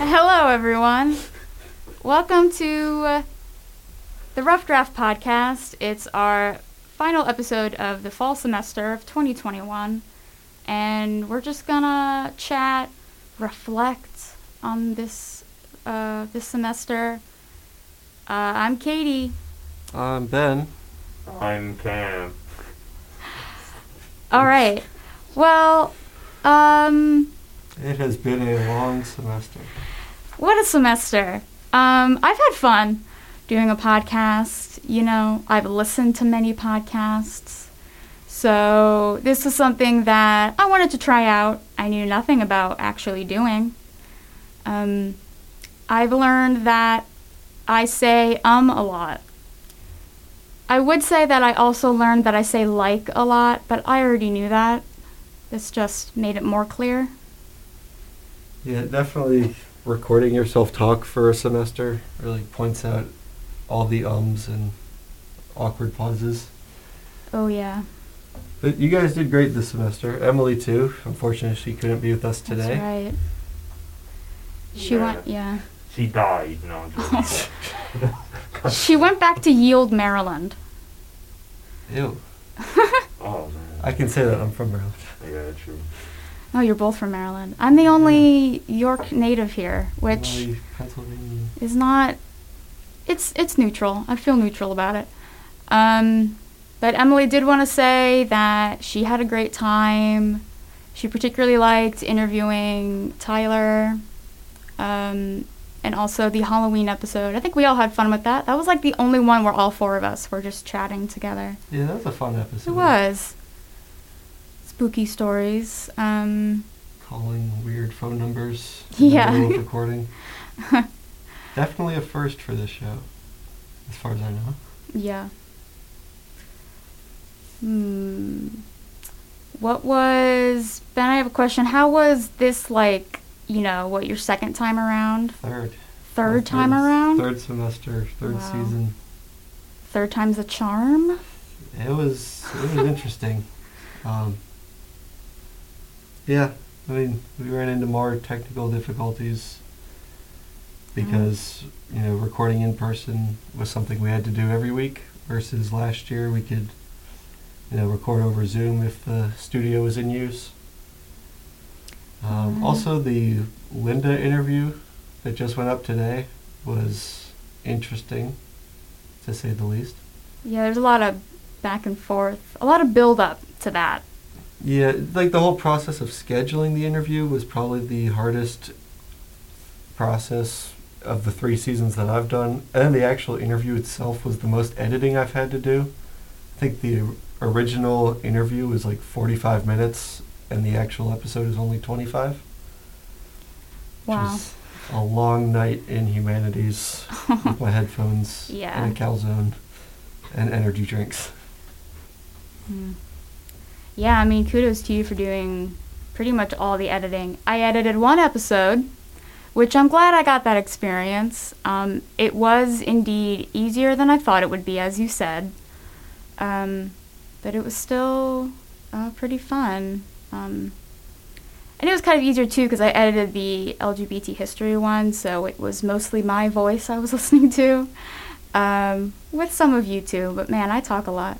Hello, everyone. Welcome to uh, the Rough Draft Podcast. It's our final episode of the fall semester of 2021, and we're just gonna chat, reflect on this uh, this semester. Uh, I'm Katie. I'm Um, Ben. I'm Cam. All right. Well, um, It has been a long semester. What a semester. Um, I've had fun doing a podcast. You know, I've listened to many podcasts. So, this is something that I wanted to try out. I knew nothing about actually doing. Um, I've learned that I say um a lot. I would say that I also learned that I say like a lot, but I already knew that. This just made it more clear. Yeah, definitely recording yourself talk for a semester really points out all the ums and awkward pauses. Oh, yeah. But you guys did great this semester. Emily too. Unfortunately, she couldn't be with us That's today. right. She Yeah. went, yeah. She died. No, I'm joking. She went back to Yield, Maryland. Ew. oh man. I can say that I'm from Maryland. Yeah, true. Oh, you're both from Maryland. I'm the only York native here, which Emily, Pennsylvania. is not. It's it's neutral. I feel neutral about it. Um, but Emily did want to say that she had a great time. She particularly liked interviewing Tyler, um, and also the Halloween episode. I think we all had fun with that. That was like the only one where all four of us were just chatting together. Yeah, that was a fun episode. It was. Spooky stories. Um, Calling weird phone numbers. in the Yeah. middle of recording. definitely a first for this show, as far as I know. yeah. Hmm. What was Ben? I have a question. How was this like? You know, what your second time around, third Third. Oh, Third- time around, third. Third semester, third Wow. season. time's a charm. It was it was interesting. Um, yeah, I mean, we ran into more technical difficulties because you know recording in person was something we had to do every week versus last year we could you know record over Zoom if the studio was in use. Um, Mm. Also, the Linda interview that just went up today was interesting, to say the least. Yeah, there's a lot of back and forth, a lot of build up to that. Yeah, like the whole process of scheduling the interview was probably the hardest process of the three seasons that I've done. And then the actual interview itself was the most editing I've had to do. I think the or- original interview was like 45 minutes, and the actual episode is only 25. which Wow. is a long night in humanities with my headphones Yeah. and a calzone and energy drinks. Mm. Yeah, I mean, kudos to you for doing pretty much all the editing. I edited one episode, which I'm glad I got that experience. Um, it was indeed easier than I thought it would be, as you said, um, but it was still uh, pretty fun. Um, and it was kind of easier too because I edited the LGBT history one, so it was mostly my voice I was listening to, um, with some of you too. But man, I talk a lot.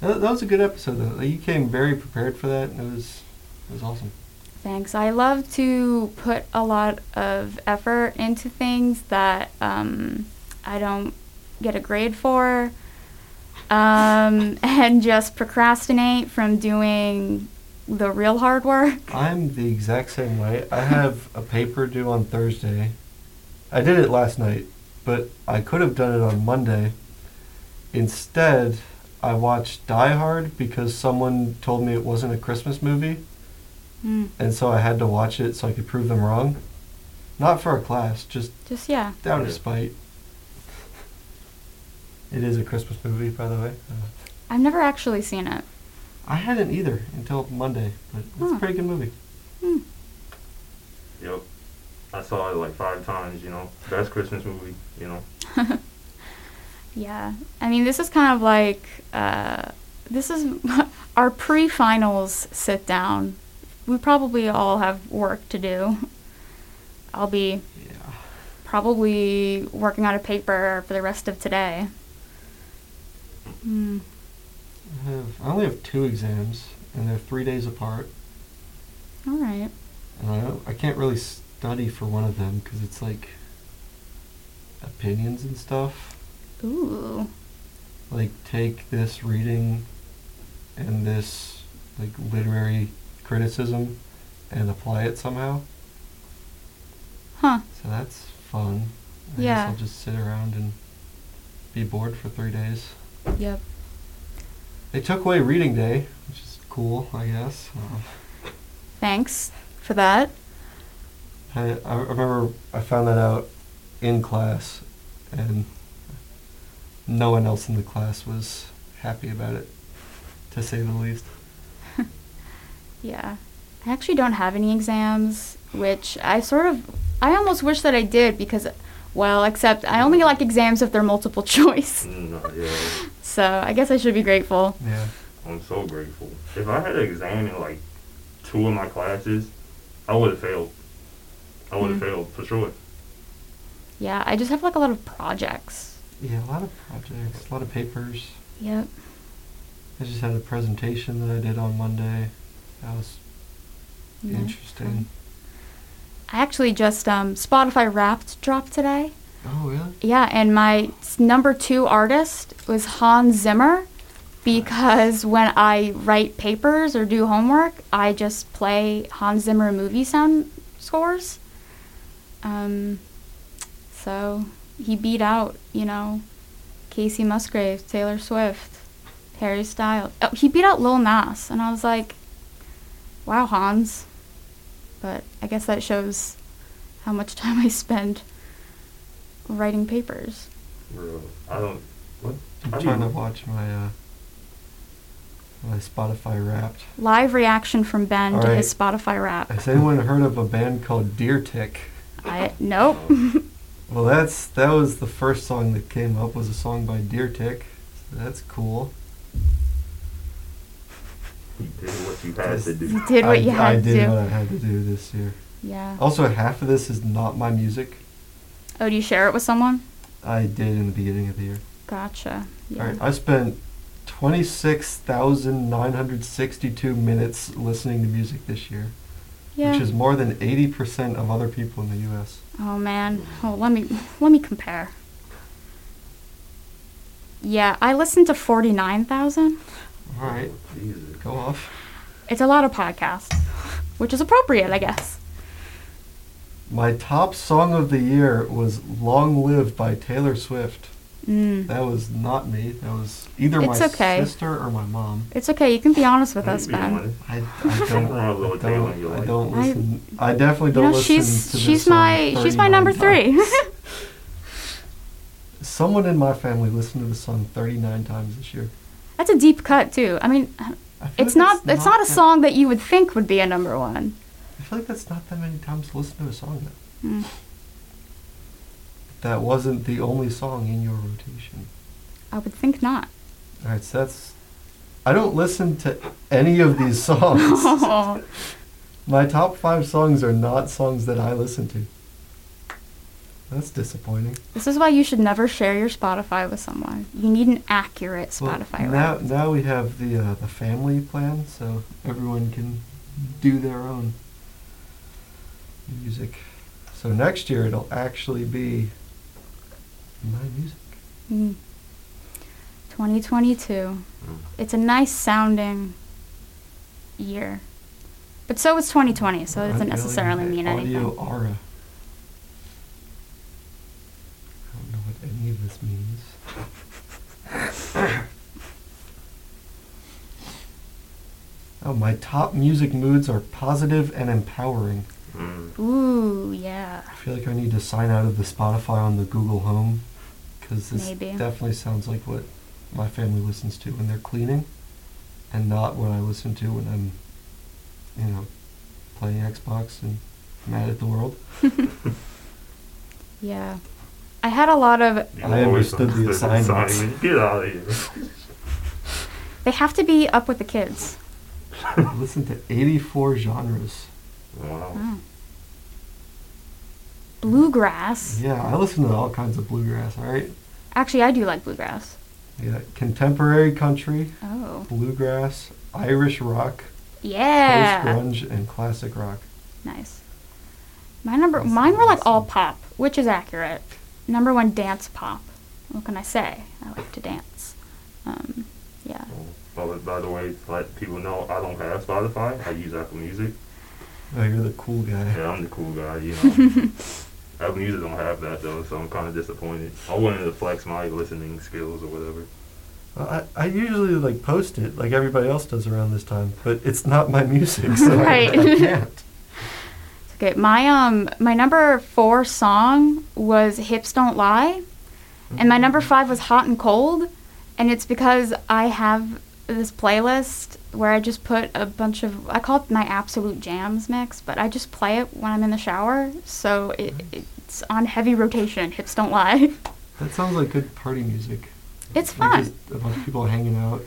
That, that was a good episode though. Like, You came very prepared for that. and It was it was awesome. Thanks. I love to put a lot of effort into things that um, I don't get a grade for, um, and just procrastinate from doing the real hard work. I'm the exact same way. I have a paper due on Thursday. I did it last night, but I could have done it on Monday. Instead, I watched Die Hard because someone told me it wasn't a Christmas movie, Mm, and so I had to watch it so I could prove them wrong. Not for a class, just just yeah. out of Yeah. spite. It is a Christmas movie, by the way. Uh, I've never actually seen it. I hadn't either until Monday, but it's Huh. a pretty good movie. Mm. Yep. I saw it like five times. You know, best Christmas movie. You know. Yeah. I mean, this is kind of like uh, this is our pre-finals sit down. We probably all have work to do. I'll be Yeah. probably working on a paper for the rest of today. Mm. I, have, I only have two exams, and they're three days apart. All right. And I, don't, I can't really study for one of them because it's like opinions and stuff. Ooh. Like, take this reading and this like literary criticism and apply it somehow. Huh. So that's fun. I Yeah. guess I'll just sit around and be bored for three days. Yep. They took away reading day, which is cool, I guess. Uh, Thanks for that. I, I remember I found that out in class, and no one else in the class was happy about it, to say the least. Yeah. I actually don't have any exams, which I sort of I almost wish that I did because well, except I only like exams if they're multiple choice. Mm, nah, yeah, So, I guess I should be grateful. Yeah. I'm so grateful. If I had an exam in like two of my classes, I would have failed. I would have Mm. failed for sure. Yeah, I just have like a lot of projects. Yeah, a lot of projects, a lot of papers. Yep. I just had a presentation that I did on Monday. That was Yeah. interesting. I actually just um, Spotify Wrapped dropped today. Oh, really? Yeah, and my s- number two artist was Hans Zimmer because when I write papers or do homework, I just play Hans Zimmer movie sound scores. Um, so he beat out, you know, Casey Musgraves, Taylor Swift, Harry Styles. Oh, he beat out Lil Nas, and I was like, wow, Hans. But I guess that shows how much time I spend writing papers. Bro, I don't. What? I'm I trying to mean- watch my uh, my Spotify Wrapped. Live reaction from Ben All to right. his Spotify rap. Has anyone heard of a band called Deer Tick? I nope. Well, that's that was the first song that came up was a song by Deer Tick. So that's cool. You did what you had to do. You did what I, you I had to did what do. I Oh. had to do this year. Yeah. Also, half of this is not my music. Oh, do you share it with someone? I did in the beginning of the year. Gotcha. All Yeah. right, I spent twenty six thousand nine hundred sixty two minutes listening to music this year, Yeah. uh, which is more than eighty percent of other people in the U.S. Oh man. Oh, let me let me compare. Yeah, I listened to forty nine thousand. All right, Oh, Jesus. go off. It's a lot of podcasts, which is appropriate, I guess. My top song of the year was "Long Live" by Taylor Swift. Mm. That was not me. That was either It's my okay. sister or my mom. It's okay. You can be honest with You us, being Ben. honest. I, I don't. wrong I with Lil Taylor in your don't, I don't life? I- listen. I, definitely You don't know, listen to she's this she's song my she's my 39 number three. times. Someone in my family listened to the song 39 times this year. That's a deep cut too. I mean, I feel it's not like it's not a that- song that you would think would be a number one. I feel like that's not that many times to listen to a song though. Mm. That wasn't the only song in your rotation. I would think not. All right, so that's. I don't listen to any of these songs. Oh, my top five songs are not songs that I listen to. That's disappointing. this is why you should never share your Spotify with someone. You need an accurate Well, Spotify. now, rap. now we have the uh, the family plan, so everyone can do their own music. So next year it'll actually be my music. Mm. 2022. Mm. It's a nice sounding year, but so is 2020. So it I'm doesn't feeling necessarily the mean Audio anything. aura. I don't know what any of this means. Oh, my top music moods are positive and empowering. Mm. Ooh, yeah. I feel like I need to sign out of the Spotify on the Google Home because this Maybe. definitely sounds like what my family listens to when they're cleaning, and not what I listen to when I'm, you know, playing Xbox and mad at the world. Yeah. I had a lot of You I always understood the assignment. Get out of here. they have to be up with the kids. Mm. I listen to 84 genres. Wow. Wow. bluegrass. Yeah, I listen to all kinds of bluegrass, all right? Actually, I do like bluegrass. Yeah, contemporary country, Oh, bluegrass, Irish rock, yeah. post grunge, and classic rock. Nice. My number, That's mine were like all awesome. pop, which is accurate. Number one, dance pop. What can I say? I like to dance. Um, yeah. By, by the way, to let people know I don't have Spotify. I use Apple Music. Oh, you're the cool guy. Yeah, I'm the cool guy, you know. Apple Music don't have that though, so I'm kind of disappointed. I wanted to flex my listening skills or whatever. Well, I, I usually like post it like everybody else does around this time, but it's not my music, so Right. I, I can't. Okay, my um my number four song was Hips Don't Lie, and my number five was Hot and Cold, and it's because I have this playlist where I just put a bunch of I call it my absolute jams mix, but I just play it when I'm in the shower, so it, it's on heavy rotation. Hips Don't Lie. That sounds like good party music. It's Like, fun. just a bunch of people hanging out.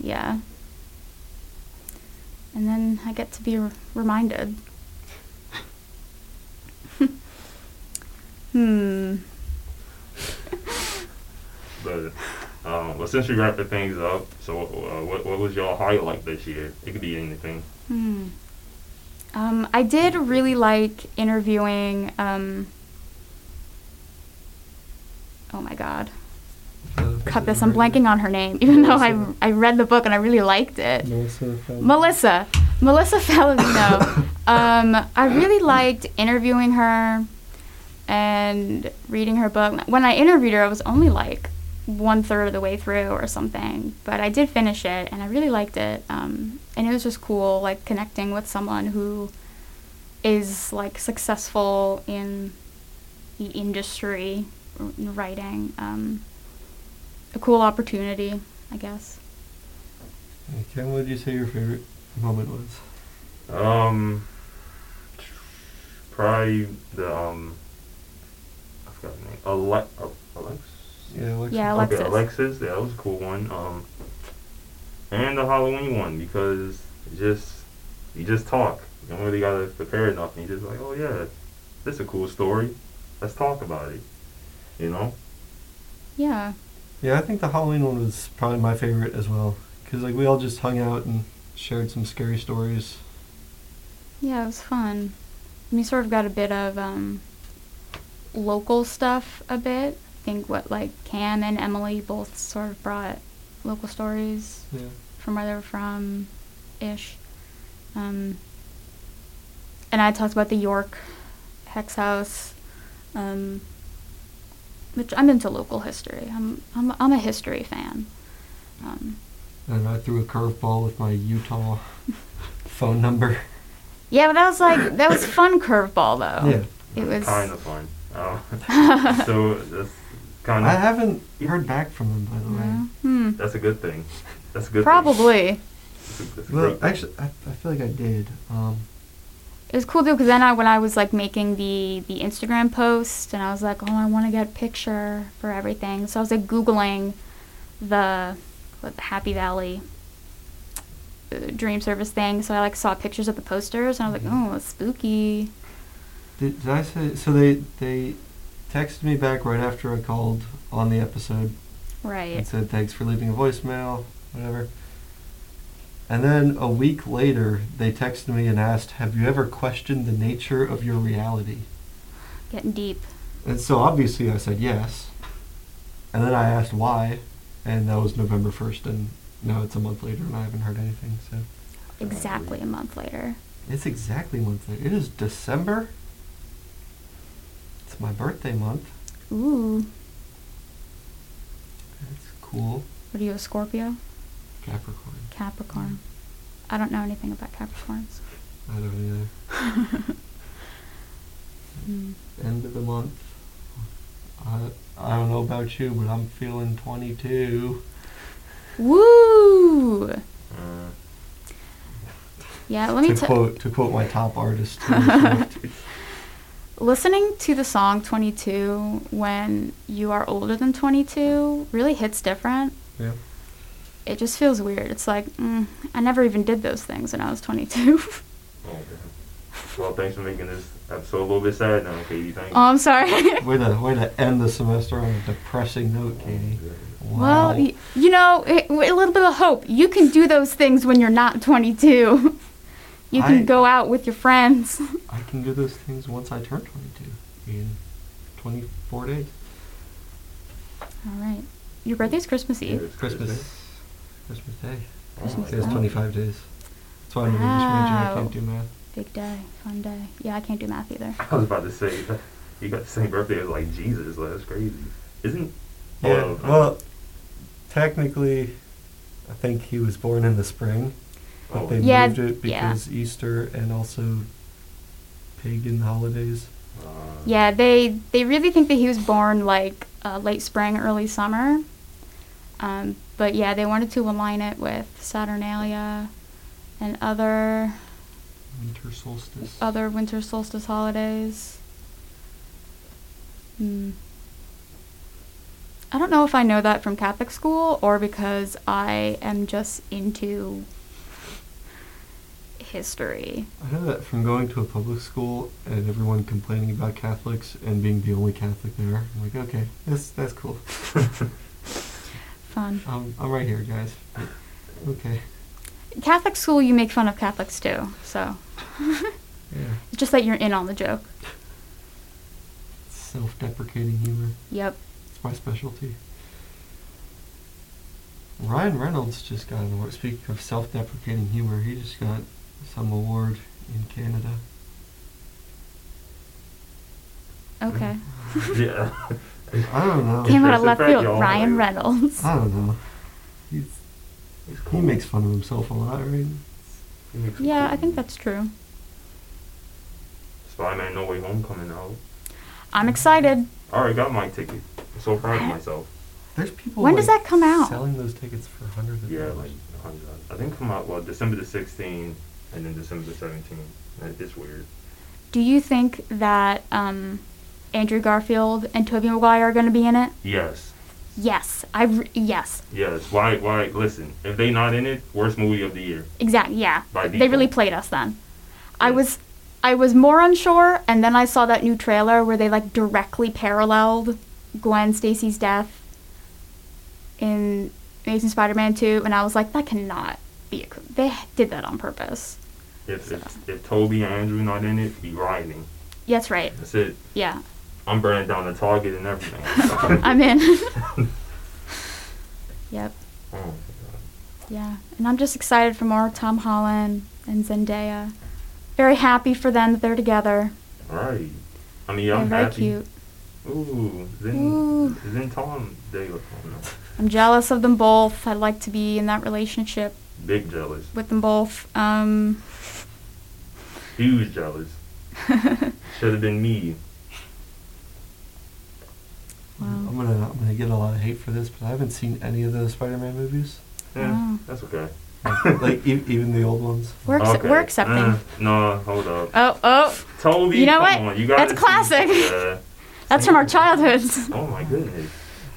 Yeah. And then I get to be r- reminded. hmm. But um, well, since we wrapping things up, so uh, what what was your highlight this year? It could be anything. Hmm. Um, I did really like interviewing. Um, oh my God. Uh, Cut this. I'm blanking on her name, even though I, Melissa. I read the book and I really liked it. Melissa. found- Melissa. Melissa Falavino. um, I really liked interviewing her and reading her book. When I interviewed her, I was only like one third of the way through or something, but I did finish it and I really liked it. Um, and it was just cool, like connecting with someone who is like successful in the industry, r- writing. Um, a cool opportunity, I guess. Hey, Ken, what did you say your favorite moment was? Um, probably the um, I forgot the name. Ale- uh, Alex. Yeah, Alexa. Oh, Yeah, Alexa. Okay, Alexis. Alexis. Yeah, that was a cool one. Um, and the Halloween one because it just you just talk. You don't really gotta prepare nothing. You just like, oh yeah, this is a cool story. Let's talk about it. You know. Yeah. Yeah, I think the Halloween one was probably my favorite as well. Because, like, we all just hung out and shared some scary stories. Yeah, it was fun. We sort of got a bit of um, local stuff a bit. I think what like Cam and Emily both sort of brought local stories Yeah. from where they were from, ish. Um, and I talked about the York Hex House, um, which I'm into local history. I'm I'm I'm a history fan. Um, And I threw a curveball with my Utah phone number. yeah, but that was like that was fun curveball though. Yeah. It was kind of fun. Um, so that's kind I of haven't heard back from them, by the Yeah. way. Hmm. that's a good thing. That's a good Thing. Probably. That's a, that's a Well, great thing. actually, I, I feel like I did. Um, It was cool though, because then I, when I was like making the the Instagram post, and I was like, oh, I want to get a picture for everything. So I was like googling the what, the Happy Valley uh, Dream Service thing. So I like saw pictures of the posters, and I was like, Mhm. oh, it's spooky. Did, did I say so? They they texted me back right after I called on the episode Right. and said thanks for leaving a voicemail, whatever. And then a week later, they texted me and asked, "Have you ever questioned the nature of your reality?" Getting deep. And so obviously I said yes. And then I asked why, and that was November first, and now it's a month later, and I haven't heard anything. So Exactly a month later. it's exactly a month later. It is December. It's my birthday month. Ooh. That's cool. What are you, a Scorpio? Capricorn. Capricorn. I don't know anything about Capricorns. I don't either. Hmm. End of the month. I, I don't know about you, but I'm feeling 22. Woo! Uh, Yeah, let me to tell. quote to quote my top artist. Taylor Swift. listening to the song 22 when you are older than 22 really hits different yeah. it just feels weird it's like mm, i never even did those things when i was 22 oh, damn. Well, thanks for making this episode a little bit sad now, Katie. Thank you. Oh, I'm sorry. Way to way to end the semester on a depressing note, Katie. Well, Wow. y- you know, a a little bit of hope. You can do those things when you're not 22. You can I- go out with your friends. I can do those things once I turn 22 in 24 days. All right. Your birthday's Christmas Yeah, Eve. it's Christmas. Christmas Day. Oh Christmas my It's Day. God. 25 days. That's why I'm an English major. I Wow. can't do math. Big day, fun day. Yeah, I can't do math either. I was about to say, you got the same birthday as like Jesus. Like, that's crazy. Isn't? Yeah. Hold on. Well, technically, I think he was born in the spring, but Oh, they Yeah, moved it yeah. because Easter and also pagan holidays. uh, Yeah, they they really think that he was born like uh, late spring, early summer. Um, but yeah, they wanted to align it with Saturnalia and other Winter solstice. other winter solstice holidays. Hmm. I don't know if I know that from Catholic school or because I am just into history. I know that from going to a public school and everyone complaining about Catholics and being the only Catholic there. I'm like, okay, that's that's cool. Fun. I'm, I'm right here, guys. Okay. Catholic school, you make fun of Catholics too, so Yeah. it's just that you're in on the joke. Self-deprecating humor. Yep. It's my specialty. Ryan Reynolds just got an award. Speaking of self-deprecating humor, he just got some award in Canada. Okay. yeah. I don't know. Came out of Impressive left fact, field. y'all. Ryan Reynolds. I don't know. He's, It's he makes fun of himself a lot, right? He makes Yeah, cool. I think that's true. Spider-Man: No Way Home coming out. I'm excited. I already got my ticket. I'm so proud of myself. There's people. When does like, that come out? Selling those tickets for hundreds of Yeah, like dollars. a hundred dollars. I think come out well December the 16th and then December the 17th. That is weird. Do you think that um, Andrew Garfield and Tobey Maguire are going to be in it? Yes, Yes, I re- yes, yes. Why? Why? Listen, if they not in it, worst movie of the year. exactly. Yeah, By they really default. played us then. I Yeah. was, I was more unsure, and then I saw that new trailer where they like directly paralleled Gwen Stacy's death in Amazing Spider-Man Two, and I was like, that cannot be. A, co- they did that on purpose. If if, if Toby and Andrew not in it, be rioting. Yeah, that's right. That's it. Yeah, I'm burning down the Target and everything. oh, I'm in. yep. my God. Yeah, and I'm just excited for more Tom Holland and Zendaya. Very happy for them that they're together. All right. I mean, yeah, I'm they're very happy. cute. Ooh, then Ooh. then Tom, they look oh, no. I'm jealous of them both. I'd like to be in that relationship big jealous, with them both. Um, huge jealous. Should have been me. wow. I'm gonna I'm gonna get a lot of hate for this, but I haven't seen any of the Spider-Man movies, Yeah, Wow. Eh, that's okay. like e- even the old ones. Oh. We're, accep- Okay. we're accepting. Uh, no, hold up. Oh, oh, Toby, You know come what? on, you That's gotta see- classic. Yeah. that's from our childhoods. oh my goodness.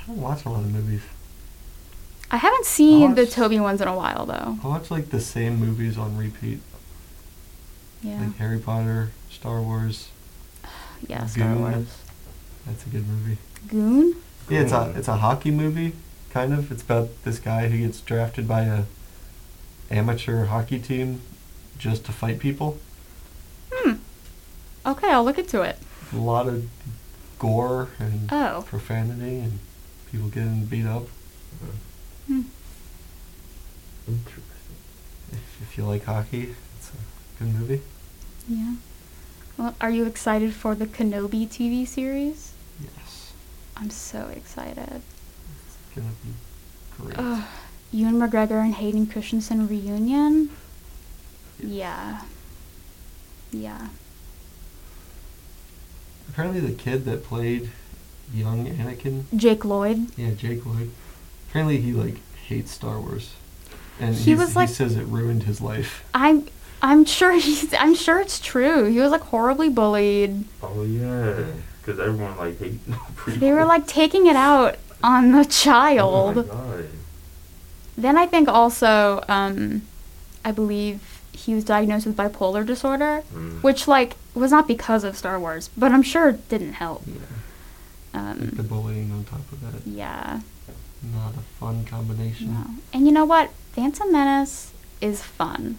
I don't watch a lot of movies. I haven't seen the Ours- Toby ones in a while, though. I watch like the same movies on repeat, Yeah. like Harry Potter, Star Wars. Yeah, Star Goon. Wars. That's a good movie. Goon? Yeah, it's a it's a hockey movie, kind of. It's about this guy who gets drafted by a amateur hockey team just to fight people. Okay, I'll look into it. A lot of gore and Oh. profanity and people getting beat up. Hmm. Interesting. If, if you like hockey, it's a good movie. Yeah. Well, are you excited for the Kenobi TV series? Yes, I'm so excited. it's gonna be great. Ugh, Ewan McGregor and Hayden Christensen reunion. Yeah. Yeah. Apparently, the kid that played young Anakin Jake Lloyd. Yeah, Jake Lloyd. Apparently, he like hates Star Wars, and He he's- was, like- he says it ruined his life. I'm I'm sure he's I'm sure it's true. He was like horribly bullied. Oh yeah, because everyone like hate. the prequel. They were like taking it out on the Oh child. my god. Then I think also, um, I believe he was diagnosed with bipolar disorder, Mm. which like was not because of Star Wars, but I'm sure it didn't help. Yeah. Like the Um, bullying on top of that. yeah, Not a fun combination. no. And you know what? Phantom Menace is fun.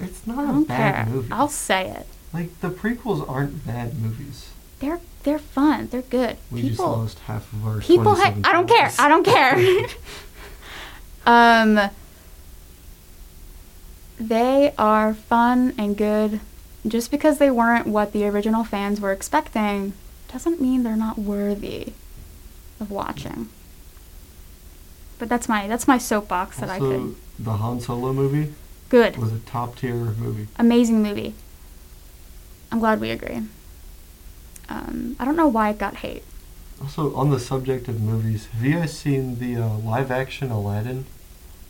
It's not I a don't bad care. movie. I'll say it. like the prequels aren't bad movies. They're they're fun. They're good. We just people lost half of our people ha- 27 I don't care. followers. I don't care. um they are fun and good. Just because they weren't what the original fans were expecting doesn't mean they're not worthy of watching. But that's my that's my soapbox that I Also, could. the Han Solo movie Good. was a top tier movie. Amazing movie. I'm glad we agree. Um, I don't know why it got hate. Also, on the subject of movies, have you guys seen the uh, live action Aladdin?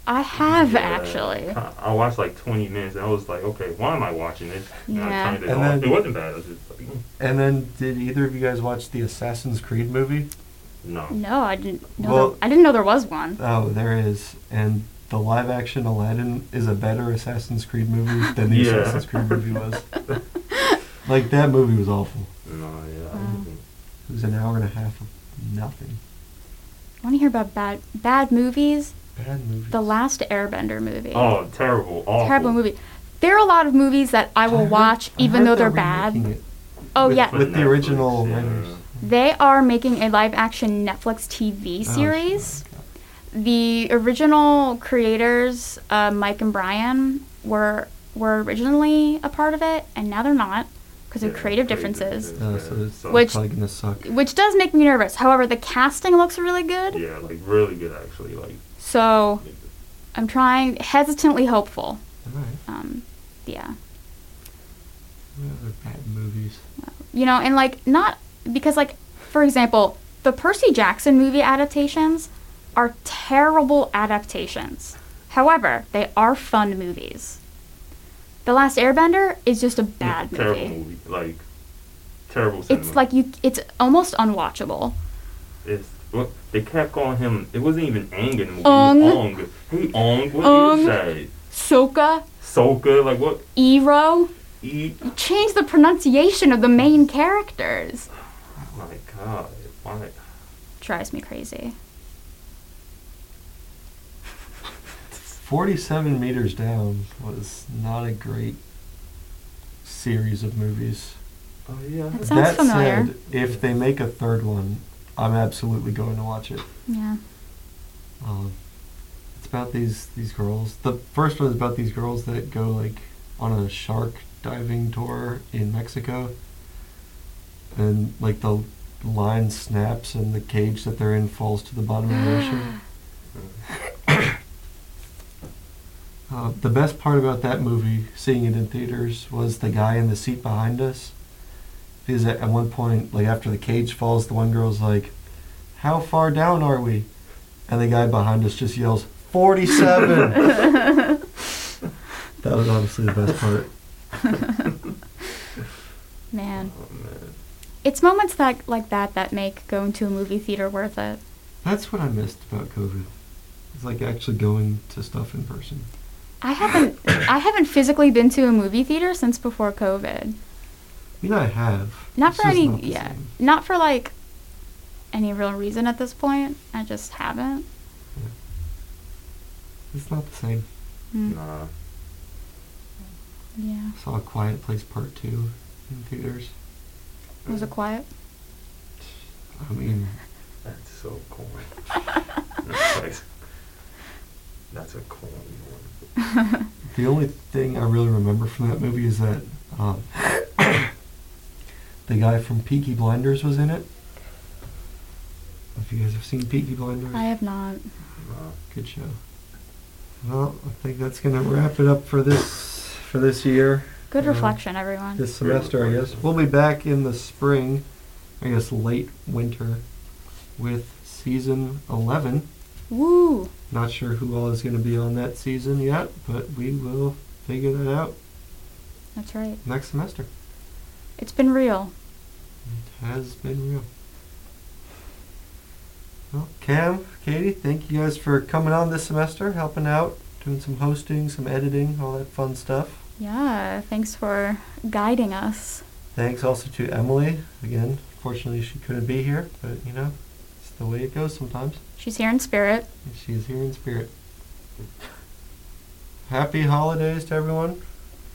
I have Yeah. actually. I, I watched like 20 minutes and I was like, okay, why am I watching this? And Yeah. I turned it And off. then- it wasn't bad. I was just like, mm, And then, did either of you guys watch the Assassin's Creed movie? no. No, I didn't know. Well- there, I didn't know there was one. Oh, there is. And the live action Aladdin is a better Assassin's Creed movie than the Yeah. Assassin's Creed movie was. like, that movie was awful. No, yeah. I Wow. didn't- It was an hour and a half of nothing. Want to hear about bad bad movies? Bad movie. The Last Airbender movie. Oh, terrible. Awful. Terrible movie. There are a lot of movies that I will watch even though they're bad. Oh with, yeah, With the Netflix, original yeah. writers. they are making a live action Netflix TV Oh, series. shit. the original creators, uh, Mike and Brian, were were originally a part of it, and now they're not because of Yeah, creative creative differences, differences. Uh, so it's Which- probably gonna suck. which does make me nervous. However, the casting looks really good, Yeah, like really good actually. Like, so I'm trying hesitantly hopeful. Alright. Um, yeah. What other bad movies? you know and like not because like for example the percy jackson movie adaptations are terrible adaptations however they are fun movies the last airbender is just a bad yeah, movie terrible movie. Like, terrible cinema. it's like you it's almost unwatchable It's, what, they kept calling him. It wasn't even Aang in the movie. Ong. It was Ong. Hey, Ong, what Ong. is that? soka Soka, like what? Eero. E. You change the pronunciation of the main characters. Oh my god. Why? Drives me crazy. Forty-seven meters down was not a great series of movies. Oh yeah. That sounds that familiar. said, if they make a third one, I'm absolutely going to watch it. Yeah. Um, it's about these these girls. The first one is about these girls that go like on a shark diving tour in Mexico, and like the line snaps and the cage that they're in falls to the bottom of the ocean. Uh, the best part about that movie, seeing it in theaters, was the guy in the seat behind us. Because at, at one point, like after the cage falls, the one girl's like, "How far down are we?" And the guy behind us just yells, 47! that was obviously the best part. Man. Oh, man. It's moments that like that that make going to a movie theater worth it. That's what I missed about COVID. It's like actually going to stuff in person. I haven't I haven't physically been to a movie theater since before COVID. You know, I have. Not It's for just any not the yeah, same. not for like any real reason at this point. I just haven't. It's not the same. Mm, Nah. Yeah. I saw A Quiet Place Part 2 in theaters. Was it Mm. quiet? I mean, That's so corny. That's like- that's a corny one. the only thing I really remember from that movie is that um, the guy from Peaky Blinders was in it. If you guys have seen Peaky Blinders. I have not. Nah. Good show. Well, I think that's gonna wrap it up for this for this year, Good Yeah. reflection, everyone. this semester, I guess. We'll be back in the spring, I guess late winter, with season eleven. Woo. Not sure who all is gonna be on that season yet, but we will figure that out That's right. next semester. It's been real. It has been real. Well, Cam, Katie, thank you guys for coming on this semester, helping out, doing some hosting, some editing, all that fun stuff. Yeah, thanks for guiding us. Thanks also to Emily. Again, fortunately she couldn't be here, but you know, it's the way it goes sometimes. She's here in spirit. And she is here in spirit. Happy holidays to everyone,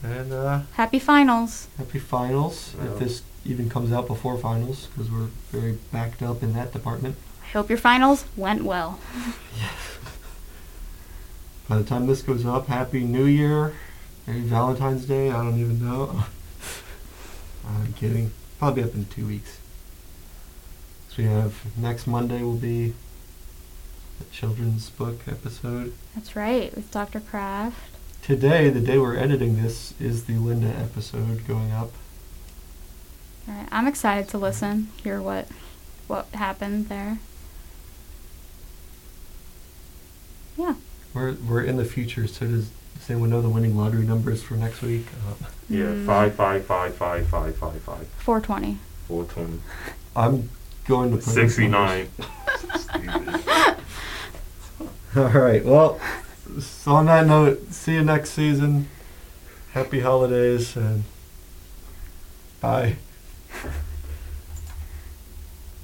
and uh, Happy finals. happy finals. If Yeah. this even comes out before finals, because we're very backed up in that department. I hope your finals went well. By the time this goes up, Happy New Year, Merry Valentine's Day. I don't even know. I'm kidding. Probably up in two weeks. So we have next Monday will be the children's book episode. That's right, with Dr. Kraft. Today, the day we're editing this, is the Linda episode going up. All right, I'm excited to listen, hear what what happened there. Yeah. We're we're in the future, so does does anyone know the winning lottery numbers for next week? Uh, Yeah, Mm. five, five, five, five, five, five, five, 420. four twenty, I'm going to put in some numbers. sixty-nine. Stupid. All right. Well, s- on that note, see you next season. Happy holidays and bye.